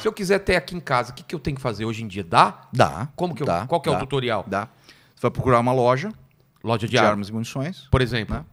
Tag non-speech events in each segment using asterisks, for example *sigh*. Se eu quiser ter aqui em casa, o que, que eu tenho que fazer hoje em dia? Dá? Dá. Como que eu- dá, qual que é o dá, tutorial? Dá. Você vai procurar uma loja Loja de, de armas, armas e munições. por exemplo. Né?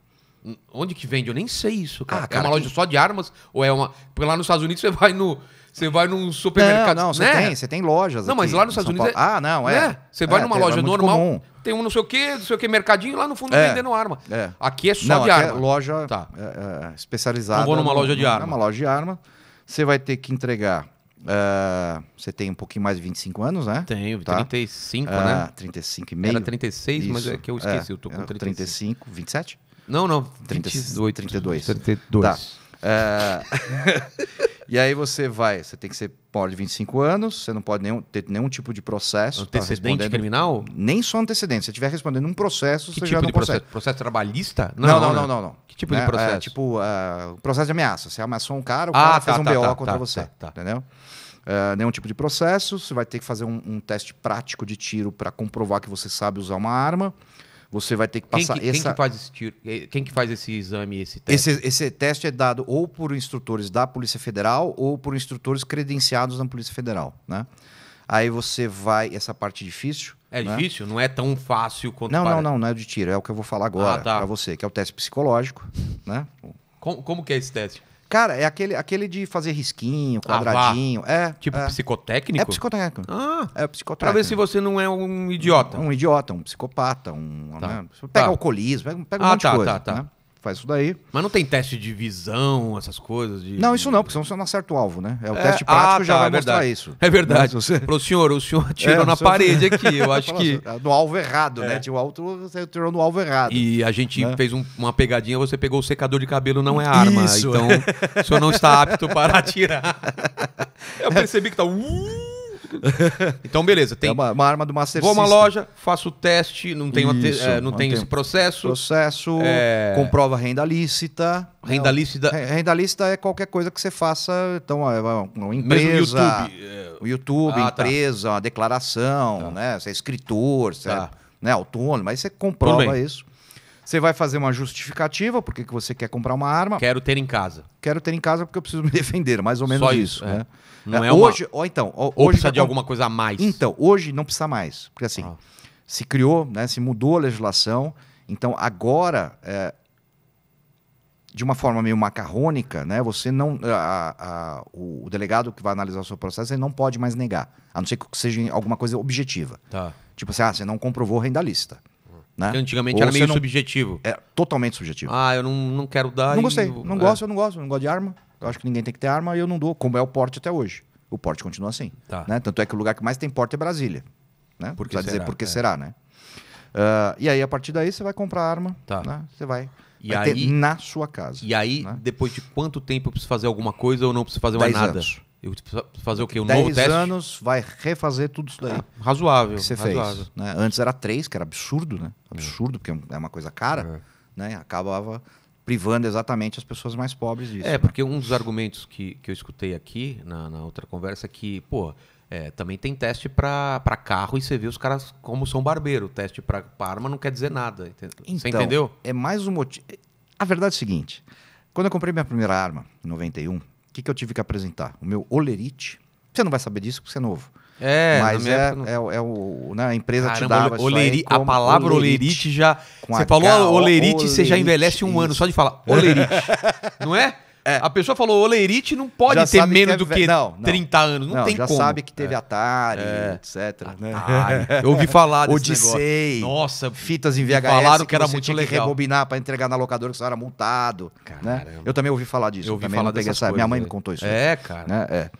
N- Onde que vende? Eu nem sei isso, cara. Ah, cara, é uma loja só de armas ou é uma? Porque lá nos Estados Unidos você vai no você vai num Não, supermercado, não, você né? tem, você tem lojas. Não, mas aqui lá nos em São Estados Unidos Paulo. Ah, não, é. Né? Você vai É, numa tem- é loja muito normal, comum. tem um não sei o quê, não sei o quê, mercadinho lá no fundo É. vendendo arma. É. Aqui é só não, de aqui é arma. loja Tá. é, é, especializada. Então vou numa no- loja de numa arma. loja de arma. Você vai ter que entregar. é, você tem um pouquinho mais de 25 anos, né? Tenho, Tá. 35, Ah, né? 35 e meio. Era 36, mas é que eu esqueci, eu tô com 35. 35. 35, 27? Não, não, 36, 28, 32. 32. Tá. É, e aí você vai, você tem que ser maior de 25 anos, você não pode nenhum- ter nenhum tipo de processo. tá Um Antecedente respondendo- criminal? Nem só antecedente. Se você estiver respondendo um processo, Que você já tipo não de consegue. processo? Processo trabalhista? Não, não, né? não, não, não. Que tipo de Né? processo? É, tipo, ah, processo de ameaça. Você ameaçou um cara, o Ah, cara tá, fez um tá, BO tá, contra tá, você. tá, tá. Entendeu? Ah, nenhum tipo de processo. Você vai ter que fazer um, um teste prático de tiro para comprovar que você sabe usar uma arma. Você vai ter que quem, passar que, quem essa- que faz esse tiro- quem que faz esse exame, esse teste? esse, esse teste é dado ou por instrutores da Polícia Federal ou por instrutores credenciados na Polícia Federal, né? Aí você vai essa parte difícil. É né? difícil? Não é tão fácil quanto Não, não, parece. não, não é o de tiro. É o que eu vou falar agora Ah, tá. para você, que é o teste psicológico, né? Como, como que é esse teste? Cara, é aquele, aquele de fazer risquinho, Ah, vá. quadradinho. é. Tipo é. psicotécnico? É psicotécnico. Ah, É pra psicotécnico. ver se você não é um idiota. Um idiota, um psicopata, um. Tá. né? Você Pega Tá. alcoolismo, pega, pega um Ah, monte tá, de coisa. tá, tá. né? Faz isso daí. Mas não tem teste de visão, essas coisas? De... Não, isso não, porque senão você não acerta o alvo, né? É o É, teste ah, prático tá, já vai é mostrar verdade. isso. É verdade. Né? Se você- Falou, senhor, o senhor atirou É, na o senhor- *laughs* parede aqui. Eu acho que. É. Fala, assim, No alvo errado, né? Tinha o alto, você tirou no alvo errado. E a gente Né? fez um- uma pegadinha, você pegou o secador de cabelo, não é arma. Isso. Então, o senhor não está apto *laughs* para atirar. Eu percebi que tá. "Uh". Então, beleza. Tem, É uma, uma arma do Master vou a uma System. loja, faço o teste, não tenho, ante- Isso, eh, não não tenho tem. esse processo. Processo, É. comprova renda lícita. Renda lícita. Re- Renda lícita é qualquer coisa que você faça, então, é uma uma Mesmo no empresa, YouTube. eh, o YouTube, Ah, tá. empresa, uma declaração, Tá. né? Você é escritor, você Tá. é né, autônomo, aí você Tudo comprova bem. isso. Você vai fazer uma justificativa, porque que você quer comprar uma arma. É, Quero ter em casa. Quero ter em casa porque eu preciso me *laughs* defender, mais ou menos Só isso, isso. né? Não É, é uma- hoje, ou então, ó, Ou hoje precisa que de acon- alguma coisa a mais. Então, hoje não precisa mais, porque assim, Ah. se criou, né, se mudou a legislação, então agora, é, de uma forma meio macarrônica, né, você não, a- a- a- o, o delegado que vai analisar o seu processo, ele não pode mais negar, a não ser que seja alguma coisa objetiva, Tá. tipo assim, ah, você não comprovou renda lista, Hum. né? Porque antigamente Ou era você meio não- subjetivo. É totalmente subjetivo. Ah, eu não, não quero dar. Não e- gostei, não é. gosto, eu não gosto, eu não gosto de arma. Eu acho que ninguém tem que ter arma e eu não dou, como é o porte até hoje. O porte continua assim. Tá. né? Tanto é que o lugar que mais tem porte é Brasília. Né? Por que Precisa dizer será? por que É. será, né? Ah, e aí, a partir daí, você vai comprar arma. Tá. né? Você vai, E vai ter aí- na sua casa. E aí, Né? depois de quanto tempo eu preciso fazer alguma coisa ou não preciso fazer mais Dez nada? anos. Eu preciso fazer o quê? Um novo 10 teste? Ah, anos, vai refazer tudo isso daí Razoável. que você razoável. fez. né? Antes era três, que era absurdo, né? Absurdo, porque é uma coisa cara, É. né? Acabava privando exatamente as pessoas mais pobres disso. É, né? porque um dos argumentos que, que eu escutei aqui na, na outra conversa é que, pô, é, também tem teste pra pra carro e você vê os caras como são barbeiro. Teste pra pra arma não quer dizer nada. entende- você Então, entendeu? É mais um motivo. A verdade é a seguinte: quando eu comprei minha primeira arma, em 91, o que, que eu tive que apresentar? O meu Olerite. Você não vai saber disso porque você é novo. É, na mas minha é, época não- é, o- é o, né, a empresa te Caramba, dava ole- isso aí oleri- a como um palavra olerite já. com Você H, falou o- olerite, você já envelhece um olerite, ano só de falar *laughs* olerite. não é? A pessoa falou olerite, não pode Já ter sabe menos que do é ve- que não, não. 30 anos. Não, Não, tem já como. É. sabe que teve Atari, etc. né? *laughs* Atari. Eu ouvi falar desse Odissei. negócio. Nossa, Fitas em VHS falaram que era você muito tinha que legal. rebobinar para entregar na locadora que você era multado. Né? Caramba. Eu também ouvi falar disso. eu ouvi também falar não peguei dessas essa- coisas. Minha mãe aí. me contou isso. É, cara. né? É.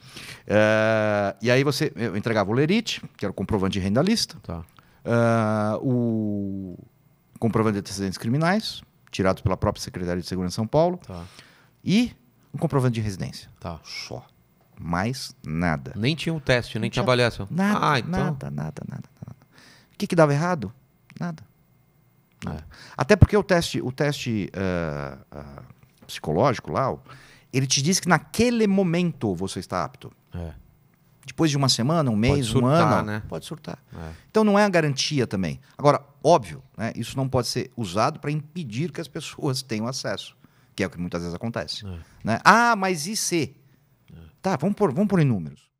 É, e aí você eu entregava o lerite, que era o comprovante de renda lista, Tá. é, o comprovante de antecedentes criminais, tirado pela própria Secretaria de Segurança de São Paulo, Tá, e um comprovante de residência. tá. Só. Mais nada. Nem tinha o teste, nem Não tinha tinha avaliação. Nada, ah, então. nada, nada, nada, nada. O que, que dava errado? Nada. Nada. É. Até porque o teste, o teste ah, ah, psicológico lá, o- ele te diz que naquele momento você está apto. É, Depois de uma semana, um mês, surtar, um ano, né? pode surtar. é. Então não é a garantia também. Agora, óbvio, né, isso não pode ser usado para impedir que as pessoas tenham acesso, que é o que muitas vezes acontece. É. né? Ah, mas e se? Tá, vamos pôr, vamos pôr em números.